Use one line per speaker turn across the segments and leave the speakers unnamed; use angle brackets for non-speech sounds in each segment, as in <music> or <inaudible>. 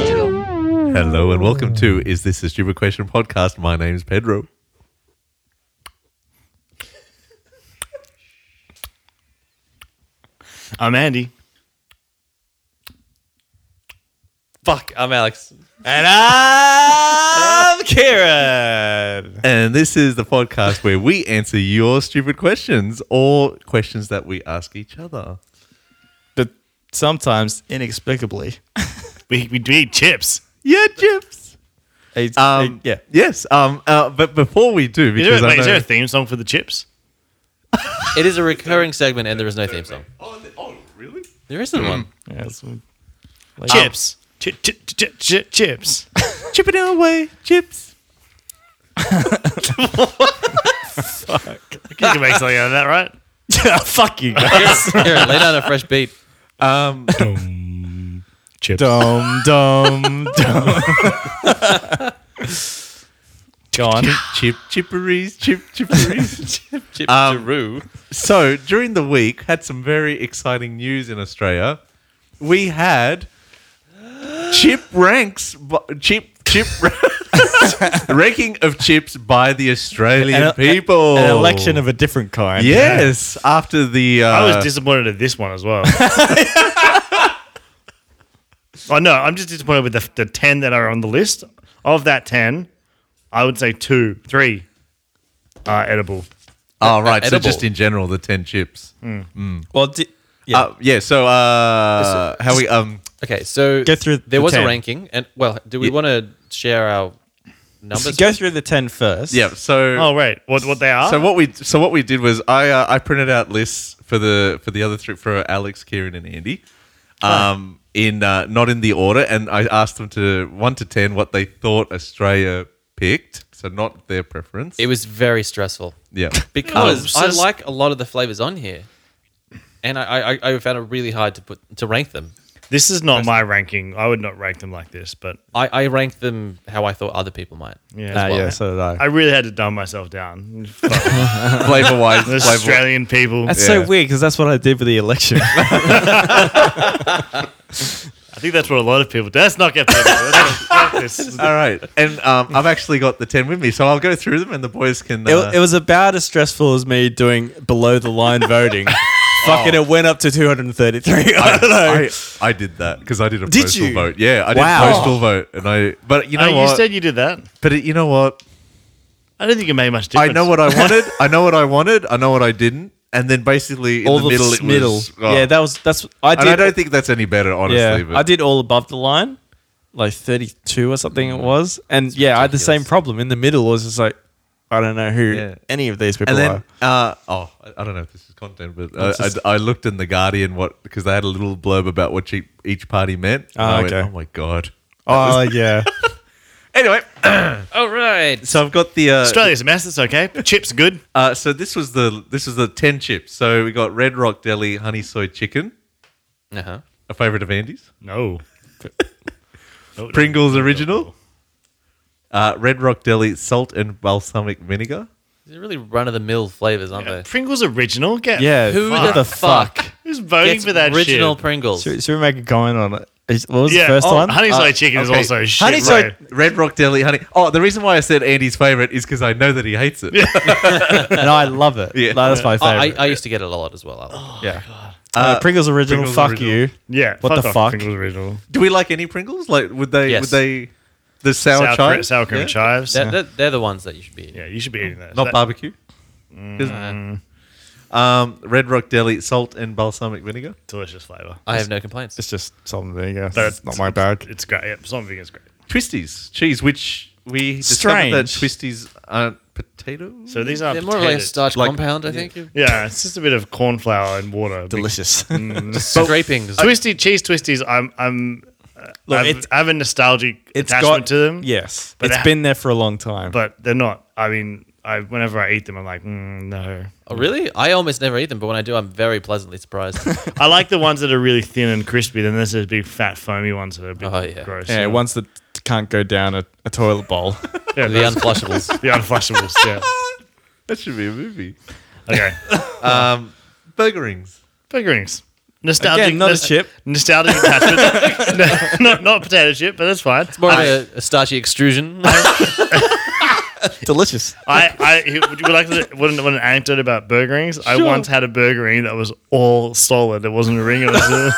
Hello and welcome to Is This a Stupid Question podcast. My name's Pedro.
I'm Andy.
Fuck, I'm Alex. And I'm Kieran.
And this is the podcast where we answer your stupid questions or questions that we ask each other.
But sometimes inexplicably.
We, we, we eat chips.
Yeah, Chips.
It's,
Um,
yeah.
Yes. Um, uh, but before we do,
Is there,
because
wait,
I
is
know-
there a theme song for the chips?
It is a recurring segment, and there is no theme song.
Oh, th- oh, really?
There isn't one.
Yeah, that's what- Um, <laughs>
Chips. Chi- chi- chi- chi- Chips.
Chipping away, chips.
You can make something out of that, right?
Yeah, Oh, Fuck you.
Here, <laughs> lay down a fresh beat.
Um,
Chips.
Dum, dum, dum. Go on.
chip chipperies, chip <laughs> chipperies.
<laughs> Chip
Um,
Giroux.
so during the week, had some very exciting news in Australia. We had chip ranks, bu- chip chip <laughs> ra- ranking of chips by the Australian
An-
people.
An election of a different kind.
yes, after the uh,
I was disappointed at this one as well. oh, no, I'm just disappointed with the, the 10 that are on the list. Of that 10, I would say two, three are edible.
oh right, so
edible.
just in general the ten chips.
Well, di- yeah.
Uh, yeah. So uh, how we um
okay, so
Go through
There
the
was
10.
a ranking, and well, do we want to share our numbers?
Go through the 10 first.
yeah so
Oh, right. What, what they
Ah.
are?
So what we so what we did was I uh, I printed out lists for the for the other three for Alex, Kieran, and Andy,
Ah.
um, in uh, not in the order, and I asked them to one to ten what they thought Australia picked, so not their preference.
It was very stressful
yeah,
because
Oh,
I
so-
like a lot of the flavors on here, and I, I I found it really hard to put to rank them.
this is not my ranking. I would not rank them like this, but
I, I ranked them how I thought other people might.
yeah.
Ah,
as well.
yeah, so did I.
I really had to dumb myself down. Fuck.
flavor
<laughs>
wise,
The
flavor.
Australian people.
That's
Yeah.
so weird because that's what I did with the election.
I think that's what a lot of people do. Let's not get political. Let's not- fuck this.
<laughs> All right, and um, I've actually got the ten with me, so I'll go through them, and the boys can. Uh,
It, it was about as stressful as me doing below
<laughs>
the line voting. Fucking, it went up to 233. <laughs> I don't know.
I, I did that because I did a
Did
postal
you?
vote. Yeah, I did
Wow.
postal vote, and I. But you know
Oh,
what?
you said you did that.
but it, you know what?
I don't think it made much
I
difference.
know what I wanted. <laughs> I know what I wanted. I know what I didn't. And then basically in
all
the,
the,
middle, it
middle.
was oh.
Yeah, that was that's. I did.
and I don't think that's any better, honestly.
yeah,
but
I did all above the line, like thirty-two or something
Mm.
it was, and yeah, I had the same
ridiculous.
problem in the middle. I was just like, I don't know who
Yeah.
any of these people
And
are.
then, uh, oh, I- I don't know if this is content, but I,
It's just-
I, I looked in the Guardian what because they had a little blurb about what each, each party meant. and
Ah,
I went,
okay.
oh my god. <laughs>
Oh yeah,
Anyway,
All Oh, right.
so I've got the uh,
Australia's a mess. It's okay. Chips good.
uh, so this was the this was the ten chips. So we got Red Rock Deli honey soy chicken,
Uh huh.
a favorite of Andy's.
No. Oh, No,
Pringles original. Uh, Red Rock Deli salt and balsamic vinegar.
They're really run of the mill flavors, aren't
no.
they?
Pringles original. Get
yeah.
Who
what
the
the fuck?
fuck
Who's voting
Gets
for that
original
shit?
Pringles.
Should, should we make a comment on it? Is- What was
yeah.
the first
oh,
one?
Honey soy chicken
Okay.
is also shit.
Honey
Honey
soy-
soy.
Red Rock Deli honey. Oh, the reason why I said Andy's favorite is because I know that he hates it.
and I love it.
Yeah. oh,
Like, that's my
Oh, I,
favorite. Oh,
I used to get it a lot as well. I like it.
yeah. Uh, Pringles original.
Pringles
fuck
original.
you.
Yeah.
What the
off,
fuck?
Pringles original.
Do we like any Pringles? Like, would they?
Yes.
Would they? The sour,
Sour, cre-
chives,
sour cream
Yeah.
chives.
They're, they're, they're the ones that you should be.
yeah, you should be eating that.
not
That- Mm.
barbecue. 'Cause- Um, Red Rock Deli salt and balsamic vinegar.
delicious flavor.
I have no complaints.
It's just something there. You go.
But
It's not my bag.
It's great. Yeah, something is great.
Twisties, cheese, which we discovered that
Strange.
twisties aren't potatoes.
So these are
They're more or less
potatoes.
starch
Like-
compound, I think.
Yeah, it's just a bit of corn flour and water. mixed
<laughs> Delicious.
Scrapings.
Twisty cheese twisties. I'm I'm. uh,
Look,
I've-
it's-
I have a nostalgic
It's
attachment
got
to them.
Yes,
But
it's
it-
been there for a long time.
but they're not. I mean, I whenever I eat them, I'm like, mm, no.
Oh, really? I almost never eat them, but when I do, I'm very pleasantly surprised.
I like the ones that are really thin and crispy. Then there's those big fat foamy ones that are a bit
Oh, yeah.
gross.
yeah, ones that can't go down a, a toilet <laughs> bowl.
yeah
the
those- <laughs>
unflushables.
the unflushables. Yeah. <laughs>
That should be a movie.
Okay.
Um, burger rings.
Burger rings. Nostalgic,
Again, not a
nos-
chip.
Nostalgic attachment. <laughs> no, no, not potato chip, but that's fine.
More of a, a starchy extrusion.
Delicious.
I, I would you like to what an, what an anecdote about burger rings? I once had a burger ring that was all solid. It wasn't a ring. It was a,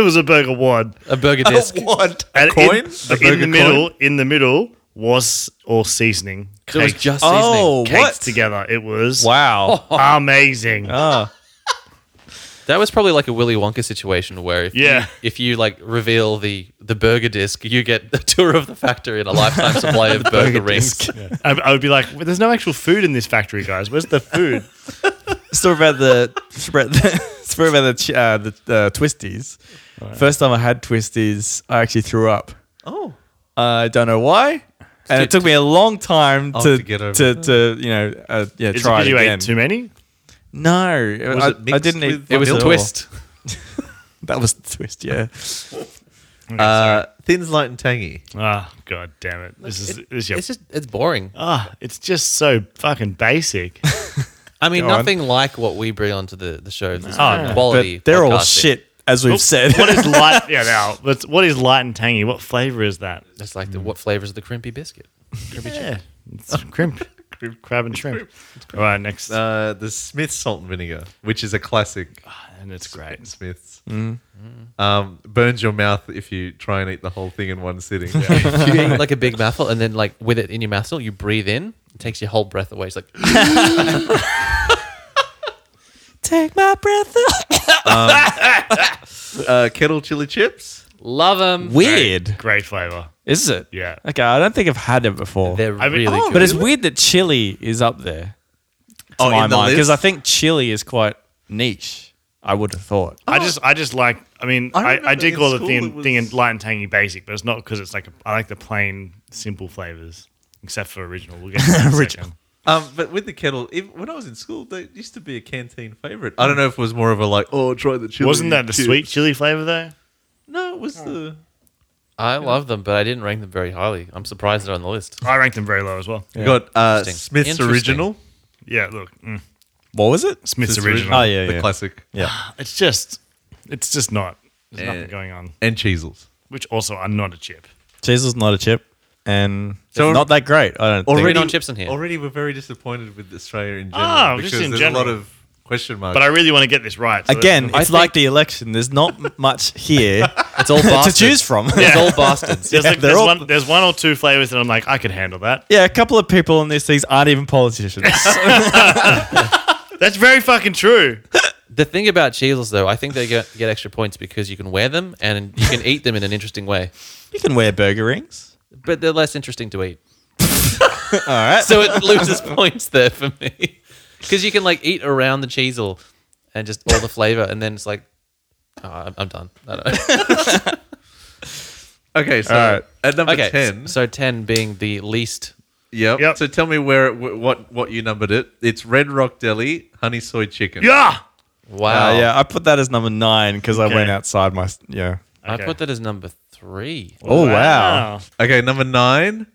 it was a <laughs> burger wad.
a burger
Oh, <laughs>
disc.
What?
And
coin?
In,
A
in
burger
the middle, in the middle was all seasoning.
It was
Caked,
just seasoning.
Oh,
caked
what? Oh,
together. It was
<laughs> Wow.
amazing.
Ah.
That was probably like a Willy Wonka situation where if
Yeah.
you, if you like reveal the the burger disc, you get a tour of the factory and a lifetime supply of burger rings.
I, I would be like, well, "There's no actual food in this factory, guys. Where's the food?"
story about the story <laughs> about the, story about the, ch- uh, the uh, twisties. First time I had twisties, I actually threw up.
Oh,
I don't know why, and it took me a long time
Oh,
to
to get over
to, to you know uh, yeah
Is it
try it
because you
again.
ate too many?
no, it-
Was
I,
it mixed
I didn't e- eat.
with
it was a
Vanilla.
twist.
That was the twist.
<laughs>
Yeah,
Uh, Thins, light, and tangy.
Ah, god damn it! This is this is your,
It's just it's boring.
ah, it's just so fucking basic.
I mean,
Go on.
nothing like what we bring onto the the show. This is
no.
quality.
but they're all
podcasting.
shit, as we've said.
what is light? <laughs> Yeah, now but what is light and tangy? What flavor is that?
That's like the, what flavors of the crimpy
<laughs>
biscuit.
Yeah, it's <laughs> crimp, Crimp- crab and shrimp. All right, next,
Uh, the Smith's salt and vinegar, which is a classic.
and it's great.
Smith's. Um, burns your mouth if you try and eat the whole thing in one sitting.
If you eat like a big mouthful, and then like with it in your mouthful, you breathe in. It takes your whole breath away. It's like <gasps>
Take my breath.
<laughs>
away.
<laughs> uh, kettle chili chips.
love them.
Weird,
Great flavor.
is it?
Yeah.
Okay, I don't think I've had it before.
They're
I mean-
really
Oh,
good.
But it's weird that chili is up there. To
Oh,
my
in the
mind, because
list?
I think chili is quite niche. I would have thought.
I just, I just like. I mean,
I
I, I,
remember
did
in
call the
school
thing,
it was-
thing in light and tangy basic, but it's not because it's like a, I like the plain, simple flavors, except for original. We'll get <laughs> to that original.
Original.
Um, but with the kettle, if, when I was in school, they used to be a canteen favorite. I don't know if it was more of a like, oh, try the chili.
Wasn't that the
chips.
sweet chili flavor though?
No, it was the.
I love them, but I didn't rank them very highly. I'm surprised they're on the list.
I ranked them very low as well.
We got uh,
Interesting.
Smith's
Interesting.
original.
Yeah, look, mm,
What was it?
Smith's
Smith's
original.
Oh, yeah,
the
yeah.
classic,
Yeah.
It's just, it's just not. There's
Yeah.
nothing going on,
and Cheezels.
which also are not a chip.
Cheesel's not a chip, and
So-
it's not that great. I don't
Already-
think.
on chips in here.
Already, we're very disappointed with Australia in general
Ah, just
because
in
there's
general.
a lot of question marks.
But I really want to get this right. so
Again,
there's-
it's like the election. There's not much here
<laughs> It's all
<laughs> to
bastards.
choose from.
It's all bastards.
there's,
<laughs> yeah,
like,
they're
there's
all-
one, there's one or two flavors that I'm like, I could handle that.
Yeah, a couple of people on these things aren't even <laughs> politicians.
That's very
<laughs>
fucking true.
The thing about cheezels, though, I think they get, get extra points because you can wear them and you can eat them in an interesting way,
you can wear burger rings.
but they're less interesting to eat.
All right.
<laughs> So it loses points there for me because you can like eat around the cheesel and just all the flavor, and then it's like, oh, I'm, I'm done. I don't
okay, so
All right.
at number
okay,
ten,
so ten being the least.
Yep.
Yep.
So tell me where it, wh- what what you numbered it. It's Red Rock Deli honey soy chicken.
Yeah.
Wow.
Uh, yeah, I put that as number nine because I
Okay.
went outside my. s- Yeah.
I put that as number three.
Oh
Okay, number nine,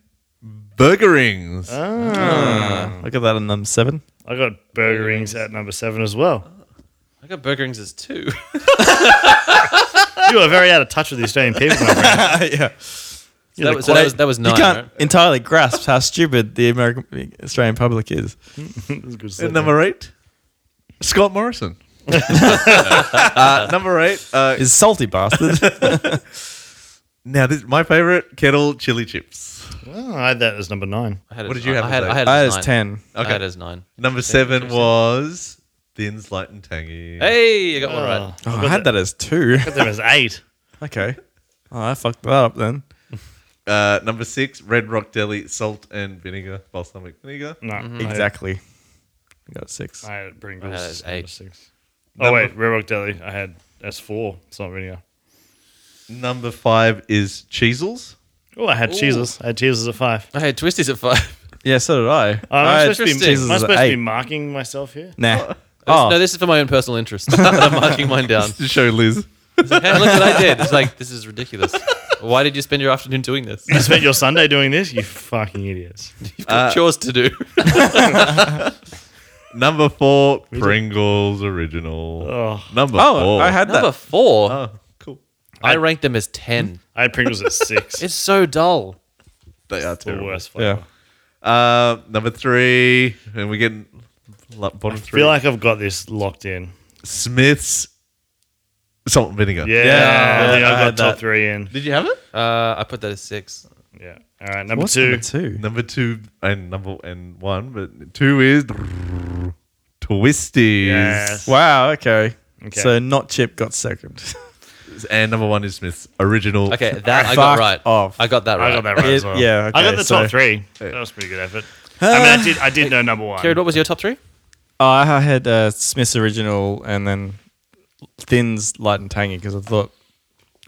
burger rings.
Ah.
Look at that on number seven.
I got burger rings at number seven as well.
I got burger rings as two. <laughs>
You are very out of touch with the Australian people.
<laughs>
My
<laughs>
friend.
yeah.
You're
that
the
was, so that was that was nine.
you can't
right?
entirely grasp how stupid the American Australian public is.
That's good
And
stuff.
number eight, Scott
<laughs>
Morrison. <laughs> uh, number eight. Uh,
Is salty
<laughs>
bastard.
now this my favorite kettle chili chips.
Oh, I had that as number nine.
I had it
What
as
did you
nine.
have
I had,
as
I had it
I had
as
as
nine.
ten.
I
Okay.
had it as nine.
Number seven was thins light and tangy.
Hey, I got one
Oh,
right.
Oh, I had that as two. <laughs>
I got that as eight.
okay. Oh, I fucked that up then.
Uh, number six, Red Rock Deli salt and vinegar balsamic vinegar.
No,
Mm. Mm-hmm. Exactly. I got six.
I had, I had Pringles.
I had it as
number
eight.
Six. Oh wait, Red Rock Deli. I had as four. It's not vinegar.
Number five is Cheezels.
Oh, I had cheeses. I had cheeses at five.
I had twisties at five. <laughs>
Yeah, so did I.
Oh, am
I
I
had
supposed, to be,
cheeses
am I
as
supposed to
eight.
be marking myself here?
Nah.
Oh.
Oh,
No, this is for my own personal interest. <laughs> I'm marking mine down.
To <laughs> show Liz.
It's like, hey, look what I did. It's like, this is ridiculous. Why did you spend your afternoon doing this?
You spent your Sunday doing this, you fucking idiots.
You've got chores to do.
Number four, Pringles original.
Oh.
Number four.
Oh, I had
Number
that.
four,
Oh, cool.
I ranked them as 10.
I had Pringles
<laughs>
at six.
It's so dull.
They are
the
terrible.
worst.
Yeah.
flavor.
Uh, number three, and we get bottom
I
three.
feel like I've got this locked in.
Smith's salt and vinegar.
Yeah,
Yeah,
I think
I
I got
had
top
that.
three in.
Did you have it?
Uh, I put that as six.
Yeah. All right, number
What's
two.
number two?
Number two and number and one, but two is Twisties,
Yes.
Wow. Okay.
Okay.
So not Chip got second.
and number one is Smith's original.
Okay, that I got
Fuck
right.
off.
I got that right.
I got that right
It-
as well.
yeah,
I
okay,
got the
so-
top three. That was pretty good effort. I mean, I did. I did know number one.
Jared, what was your top three?
Oh, I had uh, Smith's original and then Thin's light and tangy because I thought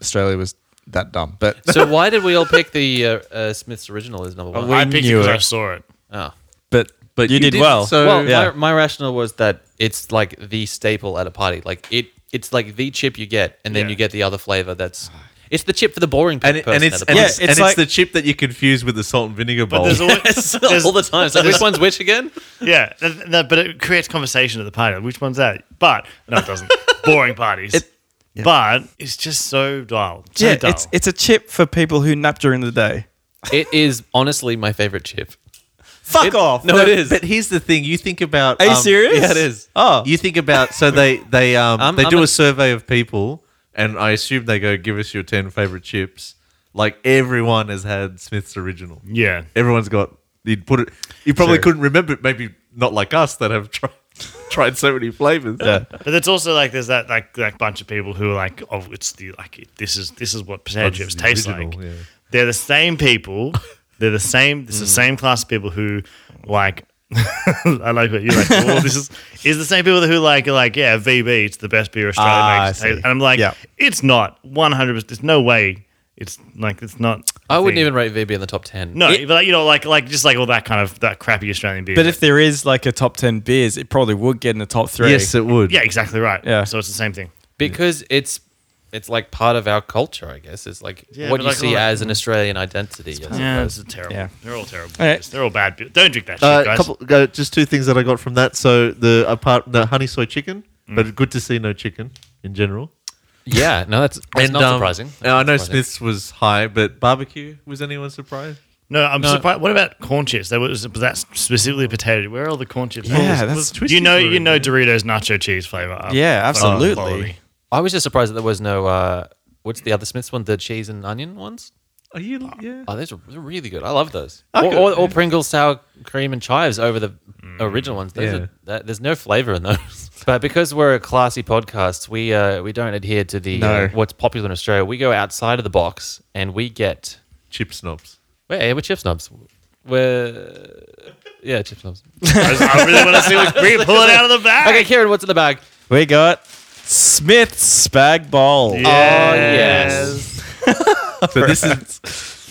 Australia was that dumb. But
So why did we all pick the uh, uh, Smith's original as number one?
we
I picked it
knew
because I
it.
saw it.
Oh.
but but you, did, well.
So
well,
yeah.
my, my rationale was that it's like the staple at a party. Like it, it's like the chip you get, and then
Yeah.
you get the other flavor. That's it's the chip for the boring pe-
and, it,
person.
and it's
at a
and,
party.
Yeah,
it's,
it's
and it's
like-
the chip that you confuse with the salt and vinegar
But
Oh.
bowl.
<laughs>
there's always there's-
<laughs> all the time. It's like which one's which again?
Yeah, that, that- but it creates conversation at the party. Which one's that? But no,
<laughs>
it doesn't. Boring parties. But it's just so dull. So
yeah,
dull.
it's it's a chip for people who nap during the day.
It is honestly my favorite chip.
Fuck
It-
off.
No, it is.
But here's the thing: you think about.
Are you
um,
serious?
yeah, it is.
Oh,
You think about so they they um,
I'm-
they
I'm
do
a-
a, survey of people, and I assume they go, "Give us your ten favorite chips." Like everyone has had Smith's original.
yeah.
Everyone's got. You'd put it. You probably
Sure.
couldn't remember. it, Maybe not like us that have tried <laughs> tried so many flavors. Yeah.
But it's also like there's that like that bunch of people who are like, oh, it's the like it, this is this is what potato
That's
chips
the
taste
original,
like.
yeah.
They're the same people.
<laughs>
They're the same. It's
Mm.
the same class of people who like. <laughs> I like what you like.
<laughs>
Well, this is is the same people who like are like yeah VB. It's the best beer Australia
Ah,
makes.
I see.
And I'm like,
Yeah.
it's not 100. percent There's no way. It's like it's not.
I
a
wouldn't
thing.
even rate VB in the top ten.
No,
It-
but like, you know, like like just like all that kind of that crappy Australian beer.
but if there is like a top ten beers, it probably would get in the top three.
Yes, it would.
yeah, exactly right.
Yeah.
So it's the same thing.
because it's it's like part of our culture, I guess. It's like
Yeah,
what
but
you
like all
see
that-
as an Australian identity. I suppose.
Yeah, it's terrible.
Yeah.
They're all terrible.
All right.
beers. They're all bad. beers. Don't drink that shit,
Uh,
guys.
couple, uh, just two things that I got from that. So the apart the honey soy chicken,
Mm.
but good to see no chicken in general.
Yeah, no, that's, that's not
um,
surprising.
and I know
Surprising.
Smith's was high, but barbecue was anyone surprised?
no, I'm
No.
surprised. What about corn chips? That was, was that specifically potato. Where are all the corn chips?
Yeah,
Oh, was-
that's
was-
twisty
You know,
fruit,
you know, Doritos nacho cheese flavor. are
Yeah,
fucking
absolutely.
quality.
I was just surprised that there was no. Uh, what's the other Smiths one? The cheese and onion ones.
Are you? Yeah.
Oh, those are they're really good. I love those.
I
Oh,
Or,
could-
or, or Pringles sour cream and chives over the
Mm,
original ones. Those
Yeah.
are, that, there's no flavor in those. <laughs> But because we're a classy podcast, we uh, we don't adhere to the
No.
uh, what's popular in Australia. We go outside of the box and we get
Chip snobs.
well, yeah, we're chip snobs. We're yeah, chip snobs.
I, was- I really want to see what we pull it out of the bag.
Okay, Kieran, what's in the bag?
We got Smith's Spag Bowl.
Oh yes.
So this is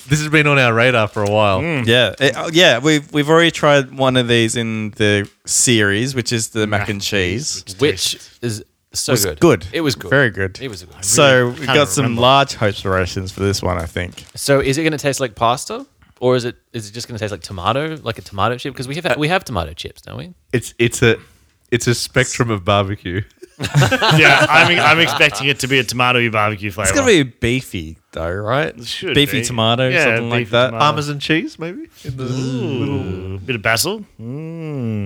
this has been on our radar for a while.
<laughs> Yeah, it- oh, yeah. We've we've already tried one of these in the series, which is the mac, and cheese.
Which is so
was
good.
good.
It was good.
Very good.
It was good.
so we
can't
got some
remember.
large hopes rations for this one, I think.
So is it going to taste like pasta, or is it is it just going to taste like tomato, like a tomato chip? Because we have we have tomato chips, don't we?
It's it's a it's a spectrum of barbecue.
yeah, I'm, I'm expecting it to be a tomato barbecue flavor.
It's gonna be beefy though, right?
Should
beefy
be.
tomato,
Yeah,
something like
beefy
that.
tomato.
Parmesan cheese, maybe. In the
Ooh, bit of basil. Mm.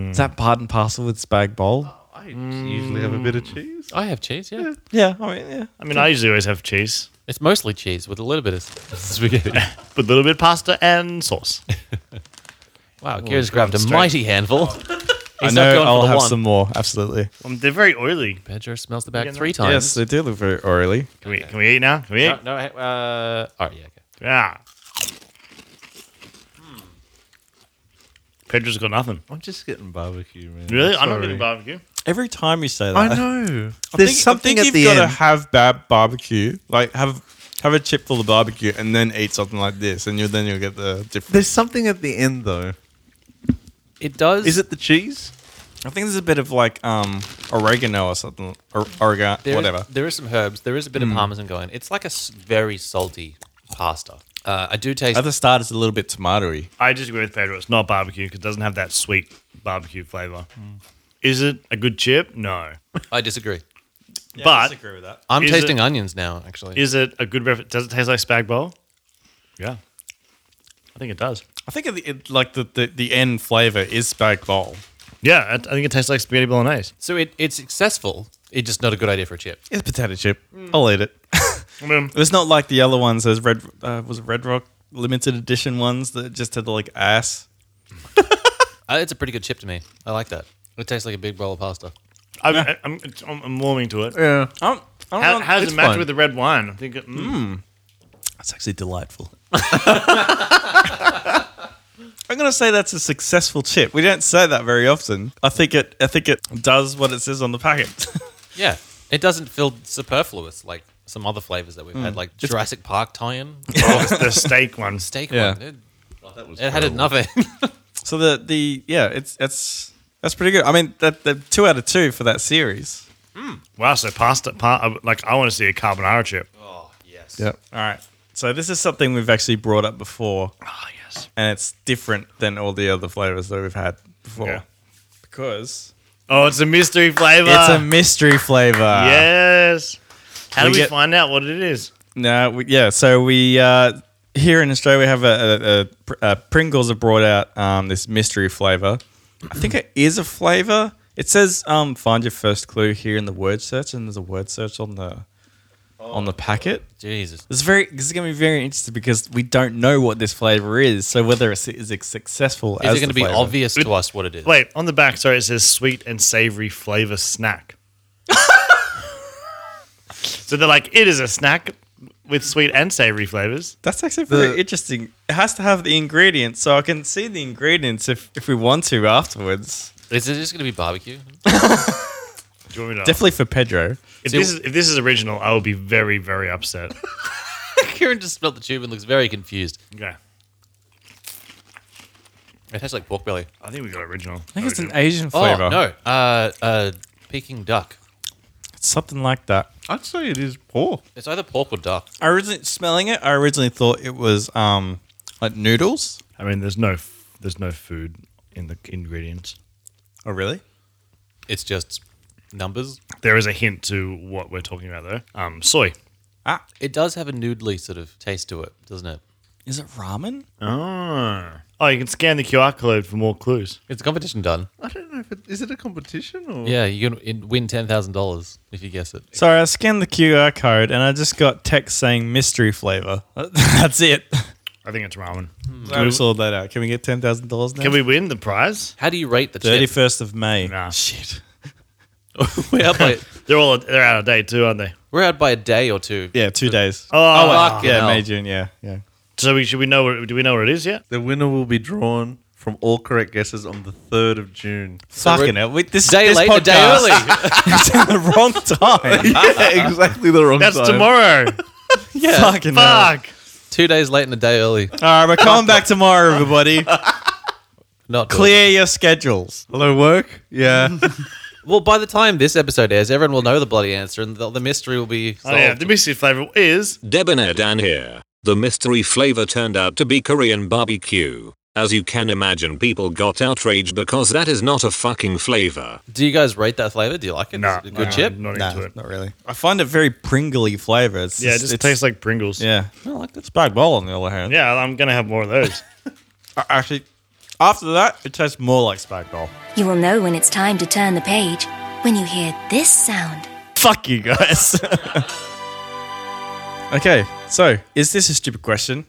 Um, Is that part and parcel with spag bowl?
I usually have a bit of cheese.
I have cheese. Yeah,
Yeah, I mean, yeah.
I mean, I usually always have cheese,
it's mostly cheese with a little bit of spaghetti.
but a little bit of pasta and sauce.
Wow, Kira's grabbed a
straight-
mighty handful. He's
I
not
know.
going
I'll
for the
have
one.
some more. Absolutely.
Um, they're very oily.
Pedro smells the bag
Again,
three
Yes,
times.
they do look very oily.
Can we can we eat now? Can we eat?
No, no. Uh, all right. Yeah. Okay.
Yeah. Pedro's got nothing.
I'm just getting barbecue, man.
Really? I'm not
Sorry.
getting barbecue.
Every time you say that,
I know.
I
There's
think- I
something
think
at
you've
the
gotta
end.
have bad barbecue. Like have have a chip full of barbecue and then eat something like this, and you then you'll get the different.
There's something at the end though.
It does.
Is it the cheese?
I think there's a bit of like um oregano or something, or oregano,
there is-
whatever. Hmm.
there is some herbs. There is a bit of parmesan going. It's like a s- very salty pasta. Uh, I do taste.
At the start, it's a little bit tomatoey.
I disagree with Pedro. It's not barbecue because it doesn't have that sweet barbecue flavor. Is it a good chip? No.
I disagree.
but
I disagree with that.
I'm
Is
tasting
it-
onions now, actually.
is it a good ref- Does it taste like spag bowl? Yeah. I think it does.
I think at the, it, like the, the, the end flavor is spag bowl.
Yeah, I, I think it tastes like spaghetti bolognese.
so it, it's successful. It's just not a good idea for a chip.
It's potato chip. I'll eat it. <laughs>
I mean,
It's not like the other ones. Those red uh, was it Red Rock limited edition ones that just had like ass.
Uh, it's a pretty good chip to me. I like that. It tastes like a big bowl of pasta.
I'm, I'm, it's- I'm, I'm warming to it.
Yeah.
I don't, I don't
How,
know.
how does
It's
it match
fine.
with the red wine? I think. it- mm.
That's actually delightful. <laughs> I'm gonna say that's a successful chip. We don't say that very often. I think it. I think it does what it says on the packet. <laughs>
Yeah. It doesn't feel superfluous like some other flavors that we've had,
Hmm.
like Jurassic Park tie-in,
Oh, it's the steak one.
steak
Yeah.
one. It, it had enough. of it.
so the the yeah, it's it's that's pretty good. I mean, that the two out of two for that series.
Wow, so pasta, pa- uh, like I want to see a carbonara chip.
<laughs> oh, yes.
All right. So this is something we've actually brought up before,
Oh yes.
and it's different than all the other flavors that we've had before
Yeah.
because
Oh, it's a mystery flavor.
it's a mystery flavor.
yes. How do
We
we
get-
find out what it is?
No, we, yeah. So we uh, here in Australia we have a, a, a, a Pringles have brought out um, this mystery flavor. I think it is a flavor. It says um, find your first clue here in the word search, and there's a word search on the on the packet.
Jesus.
It's very. This is going to be very interesting because we don't know what this flavor is. So whether it's is it successful
Is
as
it going
the
to be
flavor.
obvious to us what it is?
Wait, on the back, sorry, it says sweet and savory flavor snack.
<laughs>
so they're like, it is a snack with sweet and savory flavors.
That's actually very
The-
interesting. It has to have the ingredients, so I can see the ingredients if if we want to afterwards.
Is it just going to be barbecue? <laughs>
Do you want me to?
Definitely for Pedro.
if, this is, if this is original, I will be very,
<laughs>
very upset.
Kieran just smelled the tube and looks very confused.
okay.
It tastes like pork belly.
I think we got original.
I think it's an Asian flavor.
Oh, no. Uh, uh, Peking duck.
Something like that.
I'd say it is poor.
It's either pork or duck.
I originally smelling it, I originally thought it was um like noodles.
I mean, there's no, f- there's no food in the ingredients.
Oh really?
It's just numbers.
There is a hint to what we're talking about, though. Um, soy.
Ah,
It does have a noodly sort of taste to it, doesn't it?
is it ramen?
Oh. Oh, you can scan the QR code for more clues.
It's a competition done.
I don't know if it is it a competition or
Yeah, you can in- win ten thousand dollars if you guess it.
Sorry, I scanned the QR code and I just got text saying mystery flavor. <laughs> That's it.
I think it's ramen.
Hmm.
I just saw that out. Can we get ten thousand dollars now?
Can we win the prize?
How do you rate the
Thirty
chip?
first of May.
Nah.
Shit.
We're out by
They're all they're out of date too, aren't they?
we're out by a day or two.
Yeah, two days.
Oh,
fuck
yeah,
hell.
May June. Yeah, yeah.
So we should we know what do we know what it is yet?
The winner will be drawn from all correct guesses on the third of June.
Fucking it. We, this
Day
this
late, a day
podcast
early.
<laughs> is in the wrong time.
<laughs> yeah, exactly the wrong
That's
time.
<laughs>
tomorrow.
Fucking hell.
Fuck.
two days late and a day early.
All right, we're coming back tomorrow, everybody.
Not good.
Clear your schedules.
Hello, work. Yeah.
Well, by the time this episode airs, everyone will know the bloody answer, and the, the mystery will be
Oh
solved.
yeah, the mystery flavor is
Debonair Dan here. The mystery flavor turned out to be Korean barbecue. As you can imagine, people got outraged because that is not a fucking flavor.
Do you guys rate that flavor? Do you like it?
nah,
Is it a
nah,
good chip.
I'm Not into it.
not really. I find it very pringly flavour. It's
Yeah, it just tastes like Pringles.
Yeah. I like that. Spag bol on the other hand.
Yeah, I'm gonna have more of those.
A- Actually, after that, it tastes more like spag bol.
You will know when it's time to turn the page when you hear this sound.
<laughs> Fuck you guys. okay, so is this a stupid question?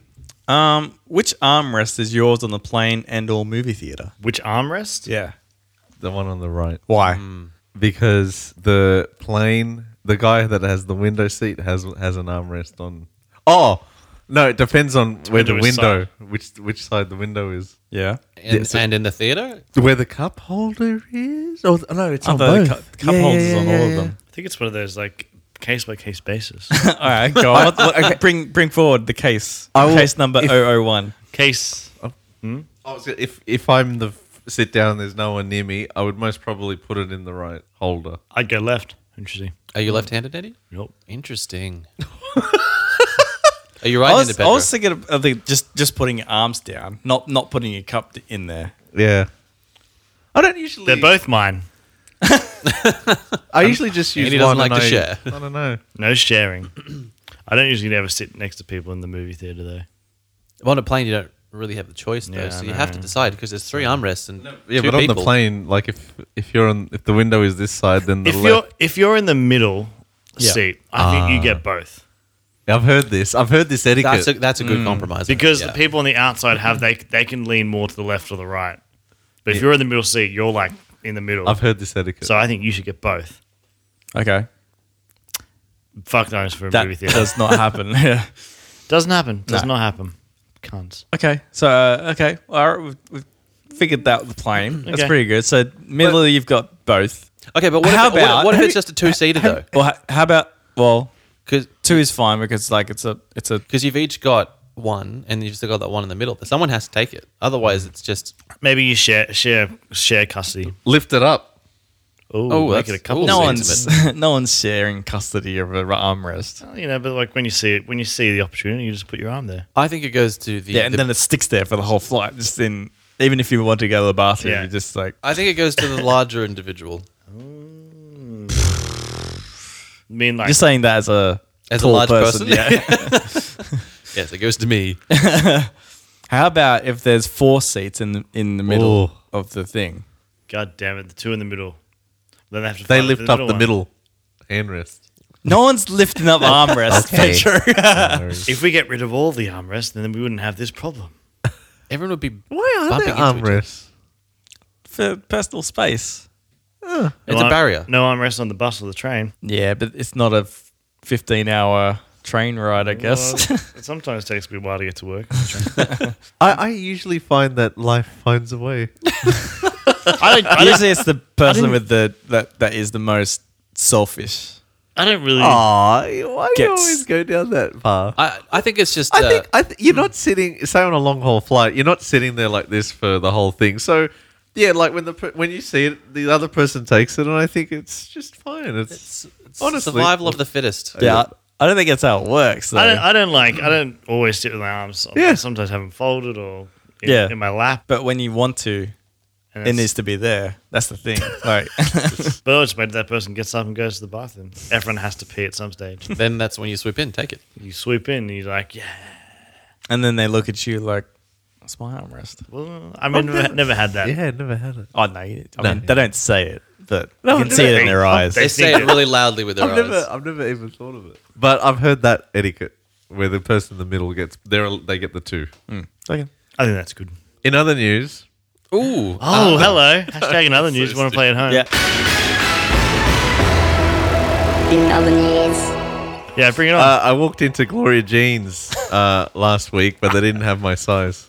Um, which armrest is yours on the plane and or movie theater?
<laughs> Which armrest?
Yeah.
the one on the right.
Why?
Because the plane, the guy that has the window seat has has an armrest on. Oh no, it depends on where the
window is
window, which which side the window is,
Yeah.
And,
Yeah, so-
and in the theater,
where the cup holder is. Oh no, it's
I
on
thought the
both.
cu- cup holders on all of them. <laughs>
I think it's one of those like case by case basis.
all right,
<laughs>
go on. What- what- Bring bring forward the case.
I will-
case number
if-
001.
case.
I was gonna- if if I'm the f- sit down, there's no one near me. I would most probably put it in the right holder.
I'd go left. Interesting.
are you left-handed, Eddie?
Nope.
Interesting. are you
I
right-handed,
was, I
Pedro?
was thinking of the, just just putting your arms down, not not putting your cup in there.
Yeah, I don't usually.
They're both mine.
I usually just use
Andy
one.
doesn't like
and
to
I,
share.
I don't know.
No sharing. <clears throat> I don't usually ever sit next to people in the movie theater though.
Well, on a plane, you don't really have the choice though,
Yeah,
so
I
you have to
know.
decide because there's three armrests and
Yeah,
two
but on
people.
the plane, like if if you're on if the window is this side, then the
If you're
left.
if you're in the middle
Yeah.
seat, I think you get both
I've heard this. I've heard this etiquette.
That's a that's a good compromise I think,
because
yeah.
the people on the outside have they they can lean more to the left or the right. But if you're in the middle seat, you're like in the middle.
I've heard this etiquette.
so I think you should get both.
Okay.
Fuck knows for a
That
movie theater.
<laughs> does not
<laughs>
happen. yeah.
Doesn't happen. Does not happen. Cunts.
Okay. So, uh, okay. All right. We've, we've figured that with the plane. That's
Okay.
pretty good. So, middle, you've got both.
Okay, but what
How
if, it-
about-
what, what if
have
it's
you-
just a two seater though?
Well, ha- how about, well,
Because
two is fine because, like, it's a, it's a,
you've each got one, and you've still got that one in the middle. Someone has to take it, otherwise it's just
Maybe you share share share custody.
Lift it up.
Ooh,
Oh,
make
that's-
it a couple.
ooh.
no
it's
one's, <laughs> no one's sharing custody of an armrest.
You know, but like when you see it, when you see the opportunity, you just put your arm there.
I think it goes to the.
Yeah. And
the-
then it sticks there for the whole flight. Just in, even if you want to go to the bathroom,
Yeah.
you're just like,
I think it goes to the larger individual
I mean, like
just saying that as a,
as
tall
a large person.
Yeah.
<laughs> yes, it goes to me.
How about if there's four seats in the, in the middle
Ooh.
Oh.
of the thing?
God damn it, the two in the middle. Then they have to
They
fight for
lift up the
one.
middle handrest.
No one's lifting
<laughs>
up armrests.
If we get rid of all the armrests, then we wouldn't have this problem.
Everyone would be.
Why are
Bumping
there
into each
armrests?
for personal space.
It's
no
a
ar-
barrier.
No armrests on the bus or the train.
Yeah, but it's not a 15 hour train ride, I guess. <laughs>
Well, it sometimes takes me a while to get to work.
I, I usually find that life finds a way.
I don't. I don't,
Usually it's the person with the that, that is the most selfish.
<laughs> I don't really.
Aw, why do you
Gets-
always go down that path?
I, I think it's just. Uh,
I think I th- you're not sitting, say on a long haul flight, you're not sitting there like this for the whole thing. So, yeah, like when the per- when you see it, the other person takes it, and I think it's just fine. It's,
it's
honestly
survival of the fittest.
Yeah, I don't think that's how it works.
I
though.
don't. I don't like. I don't always sit with my arms.
Yeah.
Yeah. Sometimes have them folded or in,
Yeah.
in my lap.
but when you want to,
And
it
it's-
needs to be there. That's the thing. Like,
But I just wait till that person gets up and goes to the bathroom. Everyone has to pee at
<laughs>
some stage.
Then that's when you swoop in, take it.
You swoop in and you're like, yeah.
and then they look at you like, "That's my armrest."
Well, I mean, never, never had that.
yeah, never had it.
Oh no, you- I mean, they don't say it, but you can
no,
see it in
they-
their eyes.
They
They
say
think
it
that-
really loudly with their
I've
eyes.
never, I've never even thought of it. But I've heard that etiquette where the person in the middle gets there, they get the two.
Okay.
I think that's good.
In other news,
Ooh,
Ah.
Oh,
Um, <laughs>
hello. Hashtag another news. Want to play at home?
Yeah.
In other news.
Yeah, bring it on.
uh, I walked into Gloria Jeans uh, last week, but they didn't have my size.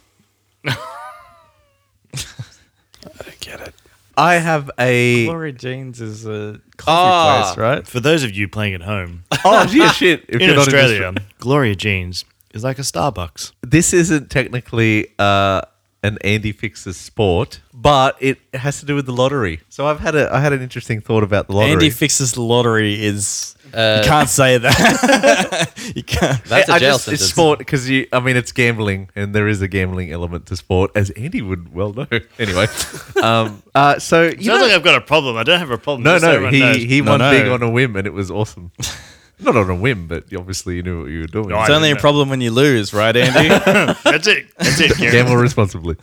I don't get it. I have a.
Glory Jeans is a coffee
Ah.
place, right?
For those of you playing at home
<laughs> Oh yeah, shit! If
in
you're not in
Australia,
Austra-
Gloria Jeans is like a Starbucks.
this isn't technically uh, an Andy Fixer's sport, but it has to do with the lottery. So I've had a I had an interesting thought about the lottery.
Andy fixes the lottery is
Uh,
you can't say that. <laughs> you can't.
that's
I- I
a jail
just-
sentence.
It's sport because you. I mean, it's gambling, and there is a gambling element to sport, as Andy would well know. <laughs> Anyway, um, uh, so you
Sounds
know-
like I've got a problem. I don't have a problem.
no,
Just so
no,
everyone
he
knows.
he
No,
won
no.
big on a whim, and it was awesome. <laughs> Not on a whim, but obviously you knew what you were doing.
No, I
It's only a
didn't know.
problem when you lose,
<laughs>
right, Andy?
<laughs> That's it. That's it. Garen.
Gamble responsibly.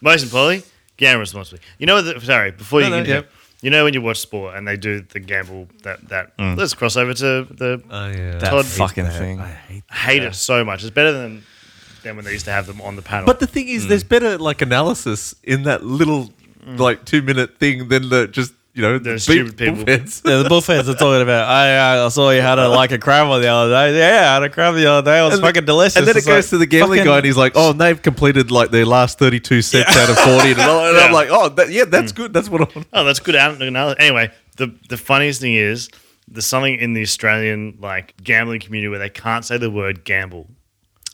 Most importantly, gamble responsibly. You know, the, sorry, before you
no,
continue,
yep.
you know when you watch sport and they do the gamble that that
Mm.
let's cross over to the
Oh yeah.
that
Todd-
fucking thing.
I hate it so much. It's better than than when they used to have them on the panel.
But the thing is, there's better like analysis in that little like two minute thing than the just you know the
Hmm. The
beep
stupid people.
bullpens.
<laughs> Yeah, the bullfeds are talking about. I, uh, I saw you had a, like a crab on the other day. Yeah, I had a crab the other day. It was
And
fucking
then-
delicious.
And then it
It's
goes
like,
to the gambling
fucking-
guy, and he's like, "Oh, and they've completed like their last thirty-two sets out of 40. And, all- and I'm
Yeah.
like, "Oh, that, yeah, that's good. That's what I want."
oh, that's good an- analysis. Anyway, the the funniest thing is there's something in the Australian like gambling community where they can't say the word gamble.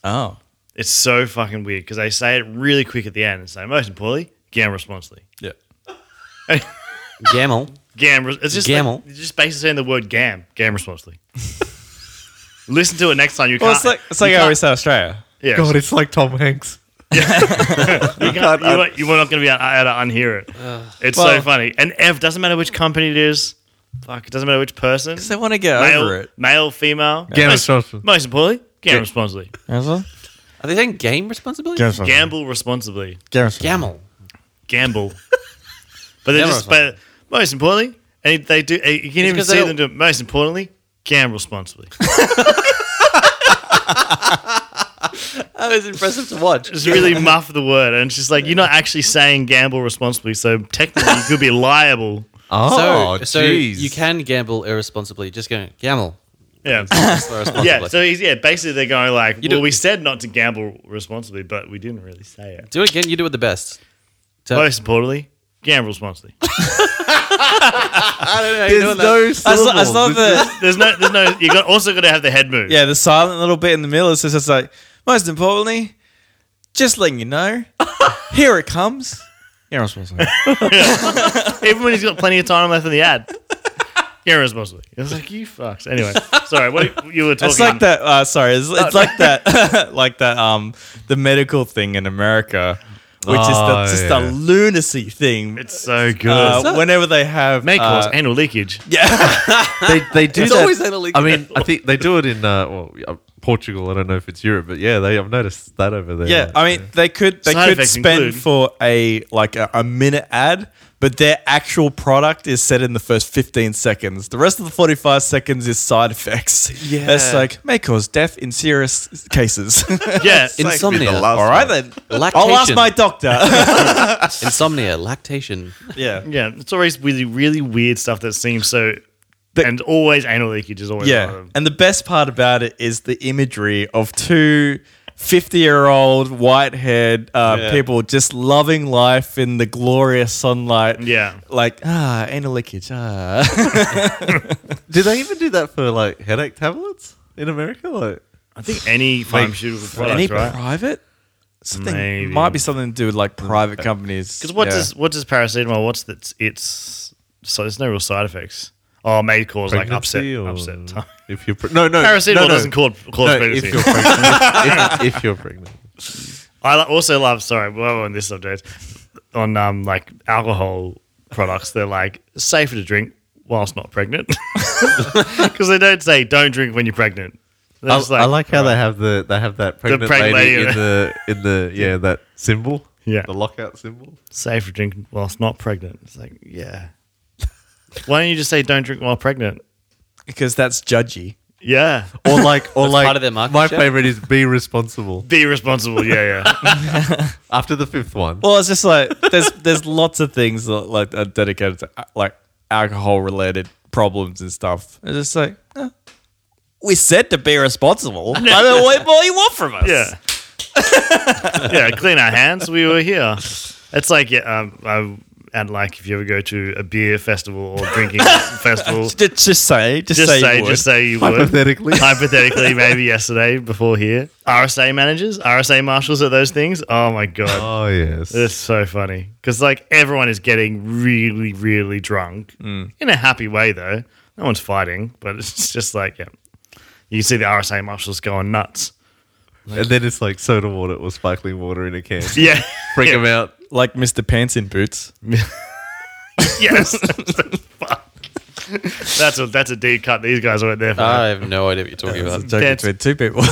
Oh,
It's so fucking weird because they say it really quick at the end and say, most importantly, gamble responsibly.
yeah.
Gamble.
Gam. It's just like-
Gamble.
it's just basically saying the word gam. Gam responsibly. <laughs> Listen to it next time. You can't.
Well, it's like it's like
you
how we
can't-
say Australia.
yeah,
God, it's like Tom Hanks.
You, can't, you, are- you were not going to be able to unhear it. It's so funny. And F doesn't matter which company it is. Fuck, it doesn't matter which person.
They want to get
male,
over it.
male, female.
Gamble
Most-
responsibly.
Most importantly, gamble responsibly.
Are they saying game responsibility?
Gamble responsibly.
Gamble.
Gamble. but they're
Gamble
just. But most importantly, and they do. eh, You can even
'cause
see
they
them do. it. Most importantly, gamble responsibly.
That was impressive to watch.
just really muff the word, and she's like, "You're not actually saying gamble responsibly, so technically you could be liable."
Oh,
so, so
jeez.
you can gamble irresponsibly. Just going gamble.
<laughs>
Yeah,
Irresponsibly.
yeah. So he's yeah. Basically, they're going like,
You
"Well,
do-
we said not to gamble responsibly, but we didn't really say it."
do it again. You do it the best. So,
Most importantly, gamble responsibly.
I don't know. how you're
There's
doing that.
no
<laughs> I just, I just
syllables.
love the
There's no, there's no. You got also got to have the head move.
yeah the silent little bit in the middle. It's just it's like most importantly, just letting you know, <laughs> here it comes. Yeah, I'm supposed to.
Even when he's got plenty of time left in the ad. Gamble responsibly. It was like you fucks. Anyway, sorry. What you were talking?
It's like that. Uh, sorry, it's,
Oh,
it's like that. <laughs> like that. Um, the medical thing in America, which is
Oh,
the, just a
yeah.
lunacy thing.
It's so good.
Uh, whenever they have
May cause
uh,
anal leakage.
they they do
It's
that.
always anal leakage.
I mean, I think they do it in uh, well, uh, Portugal. I don't know if it's Europe, but yeah, they I've noticed that over there.
yeah, I mean, they could they
Side
could
effects
spend
include-
for a like a, a minute ad, but their actual product is said in the first fifteen seconds. The rest of the forty five seconds is side effects. Yeah, that's like may cause death in serious cases. <laughs>
Yeah,
Insomnia.
the last
All right then, I'll ask
Lactation.
my
<laughs>
doctor.
Insomnia. Lactation.
yeah,
Yeah, it's always really, really weird stuff that seems so.
The-
and always anal leakage is always one
Yeah.
of them.
And the best part about it is the imagery of two 50 year old white haired uh, people just loving life in the glorious sunlight.
Yeah.
Like, ah, anal leakage. Ah.
do they even do that for like headache tablets in America? Like,
I think any pharmaceutical product,
Any
right?
private? Something
Maybe.
might be something to do with like private companies.
Because what
Yeah.
does what does paracetamol? What's that's it's so there's no real side effects. Oh, it may cause like upset,
pregnancy or-
upset. time.
If you're pre- no no
Paracetamol
no, no.
doesn't cause, cause
No,
pregnancy.
If you're pregnant, if, if you're pregnant,
I li- also love. Sorry, while we're on this subject, on um like alcohol products, they're like safer to drink whilst not pregnant <laughs> because they don't say don't drink when you're pregnant. They're
I,
just
I like how they have the they have that pregnant,
pregnant
lady,
lady.
in the in
<laughs>
the yeah that symbol
Yeah.
the lockout symbol.
safe to drink whilst not pregnant. It's like, yeah. Why don't you just say don't drink while pregnant?
Because that's judgy.
Yeah.
Or like, or like,
part of their market
my
share.
favorite is be responsible.
Be responsible. Yeah,
<laughs>
yeah.
After the fifth one,
Well, it's just like there's there's lots of things that like are dedicated to uh, like alcohol related problems and stuff. It's just like eh. we said to be
<laughs>
responsible. I mean, what more you want from us?
Yeah. yeah, clean our hands. We were here. It's like, yeah, um, I, and like if you ever go to a beer festival or
<laughs>
drinking festival,
Ju- Just, say, just,
just
say,
say,
you would.
just say you would.
hypothetically,
Hypothetically, maybe yesterday before here. RSA managers, RSA marshals at those things. Oh my God.
<laughs> oh yes,
It's so funny because like everyone is getting really, really drunk in a happy way though. No one's fighting, but it's <laughs> just like yeah, you can see the RSA marshals going nuts.
and then it's like soda water or sparkling water in a can.
<laughs> Yeah,
Freak them out.
like Mr. Pants in Boots.
yes. Fuck. that's a that's a deep cut. These guys went there. For
I have no idea what you're talking
<laughs>
about.
Joking
Pants-
between two people. <laughs>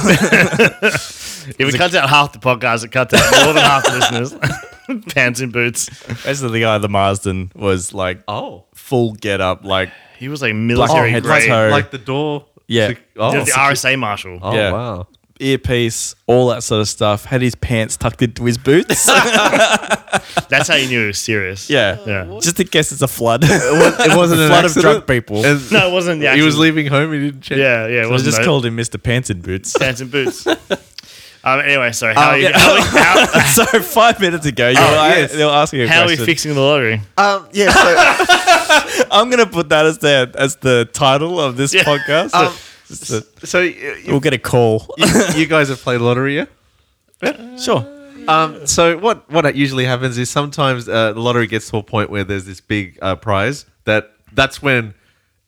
if it cuts out half the podcast, it cuts out more than half the listeners. <laughs> Pants in boots.
Basically, the guy the Marsden was like
Oh,
full get up, like
He was like military
head
grade.
tattoo.
<laughs> like the door.
Yeah.
oh,
The RSA marshal.
oh
yeah.
wow.
earpiece, all that sort of stuff. Had his pants tucked into his boots. <laughs>
That's how you knew it was serious.
yeah.
Yeah.
Just in case it's a flood. <laughs>
It wasn't
a
an
flood of
accident.
drunk people.
And
No, it wasn't the
he was
actual-
leaving home. He didn't check.
Yeah, yeah. It
I
wasn't
just
no-
called him Mr. Pants
<laughs>
in Boots. <laughs>
Pants and boots. um, anyway, sorry. How, are, you,
yeah.
<laughs> how, are- how,
so five minutes ago, you were,
Oh, yes.
they were asking a
how are we
question.
fixing the lottery?
Um. Yeah. So,
I'm going to put that as the as the title of this
Yeah.
podcast.
Um,
Just that
so you,
we'll get a call.
you, <laughs> you guys have played lottery, yeah?
sure.
Um, so what what usually happens is sometimes uh, the lottery gets to a point where there's this big uh, prize that that's when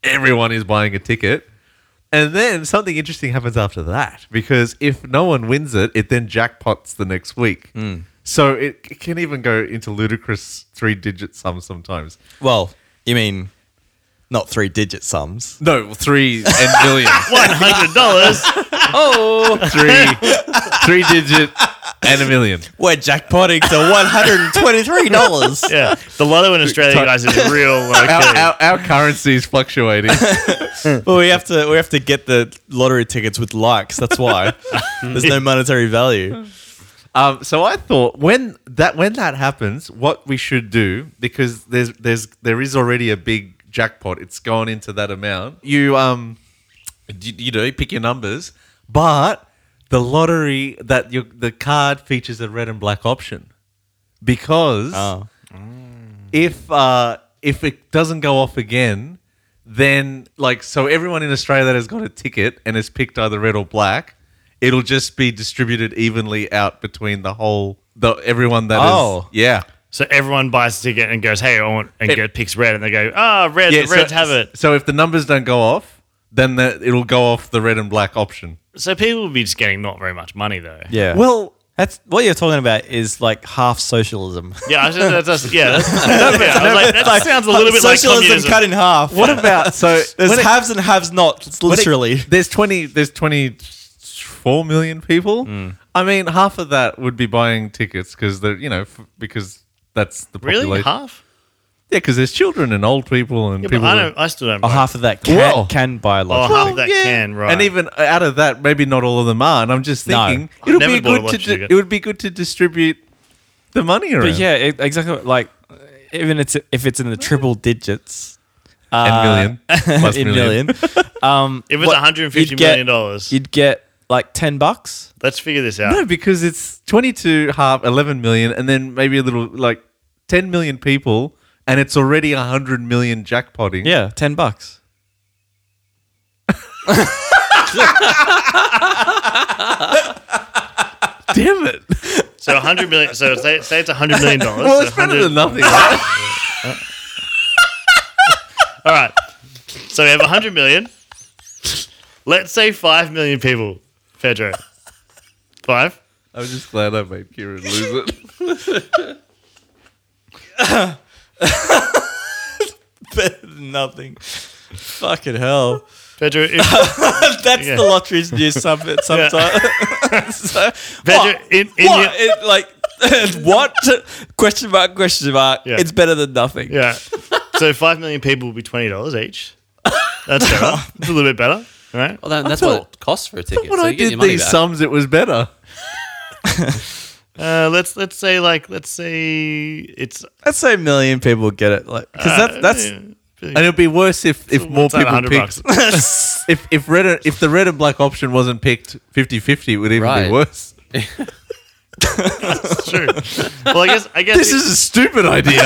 everyone is buying a ticket, And then something interesting happens after that because if no one wins it, it then jackpots the next week. So it, it can even go into ludicrous three digit sums sometimes.
Well, you mean not three digit sums.
No, three and <laughs> million.
One hundred dollars.
Oh. three, three digit and a million.
We're jackpotting to <laughs> $123.
Yeah, the lotto in Australia, guys, is real. Like,
Our, our, our currency is fluctuating.
well, we have to we have to get the lottery tickets with likes. That's <laughs> why. There's no monetary value.
Um, so I thought when that when that happens, what we should do because there's there's there is already a big jackpot. It's gone into that amount. You um, you, you know, pick your numbers, but the lottery that your the card features a red and black option because
Ah.
Oh.
if uh, if it doesn't go off again, then like so everyone in Australia that has got a ticket and has picked either red or black, it'll just be distributed evenly out between the whole the everyone that is
Oh.
yeah
so everyone buys a ticket and goes, "Hey, I want," and get picks red, and they go, "Ah, red,
yeah.
the reds
so,
have it."
So if the numbers don't go off, then the, it'll go off the red and black option.
So people will be just getting not very much money though.
Yeah.
Well,
that's what you're talking about is like half socialism.
Yeah, I was just, that's, that's, yeah. That's, yeah, I was like, that sounds a little bit like
socialism
communism.
cut in half.
what about so
There's
when it-
haves and haves not. It's
when it-
literally.
there's twenty there's twenty four million people.
Mm.
I mean, half of that would be buying tickets because they're you know f- because that's the
really
population.
half?
Yeah, because there's children and old people and
Yeah,
people.
but I
that-
don't. I still don't.
Oh,
buy-
half of that can,
Whoa.
can buy
oh,
lots.
half of that can right.
And even uh, out of that, maybe not all of them are. And I'm just
No.
thinking it'll
never
be good
bought a
to
lottery
di-
ticket.
it would be good to distribute the money around.
But yeah, it, exactly. Like even it's if it's in the triple digits,
and
<laughs>
million plus
uh, in
million.
<laughs> million,
if it's
what-
one hundred and fifty
you'd get-
million dollars,
you'd get like ten bucks.
let's figure this out.
No, because it's 22 half, 11 million, and then maybe a little like 10 million people, and it's already 100 million jackpotting.
Yeah, ten <laughs> bucks.
Damn it.
So a hundred million. So say, say it's a hundred
<laughs>
million dollars.
well,
so
it's better
100
than nothing. right?
All right. So we have 100 million. Let's say 5 million people, Pedro. Five?
I'm just glad <laughs> I made Kieran <laughs> lose it.
Better than nothing. Fucking hell.
Pedro, if,
That's
Yeah.
the lottery's new
<laughs>
summit sometimes. <laughs> so,
Pedro,
what?
in, in
what?
your-
It, like <laughs> what? <laughs> question mark, question mark.
Yeah.
It's better than nothing.
yeah. So 5 million people will be $20 each. That's better. It's a little bit better. All right.
Well, that, that's
thought-
what it costs for a ticket.
when
so
I
you get your
did
money
these
back.
sums, it was better.
Uh, let's let's say like let's say it's
I'd say a million people get it. Like because
uh,
that, that's
And it'd be worse if, if more
let's say
people
100
picked.
bucks. <laughs>
If if red and- if the red and black option wasn't picked 50-50, it would even
Right.
be worse.
That's true. Well, I guess I guess
This
if,
is a stupid <laughs> idea.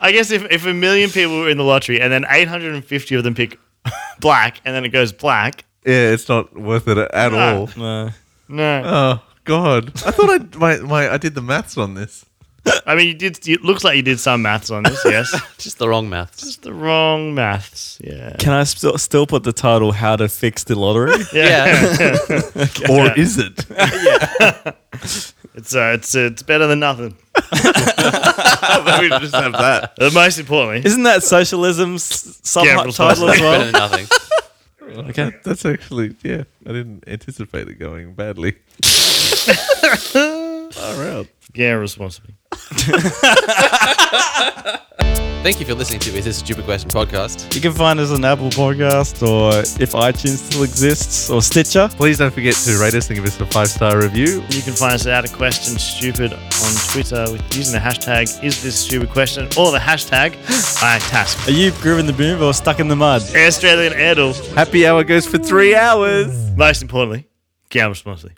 I guess if, if a million people were in the lottery and then 850 of them pick <laughs> black and then it goes black.
yeah, it's not worth it at all.
no.
No.
Oh God! I thought I my, my I did the maths on this.
I mean, you did. It looks like you did some maths on this.
<laughs>
Yes,
Just the wrong maths.
just the wrong maths. Yeah.
Can I still still put the title "How to Fix the
<laughs>
Lottery"?
Yeah.
Or is <laughs> it?
It's uh, it's it's better
<laughs>
than nothing.
we just have that.
<laughs> But most importantly,
Isn't that socialism's sub
Yeah,
title as
<laughs>
better
well?
than nothing.
Okay.
That's actually yeah. I didn't anticipate it going badly.
yeah, responsibly.
Thank you for listening to Is This a Stupid Question podcast.
You can find us on Apple Podcast or if iTunes still exists or Stitcher.
Please don't forget to rate us and give us a five star review.
You can find us at a question stupid on Twitter with using the hashtag is this stupid question or the hashtag
<gasps>
I task.
Are you grooving the boom or stuck in the mud?
Australian Idol.
Happy hour goes for three hours.
Most importantly, gamble responsibly.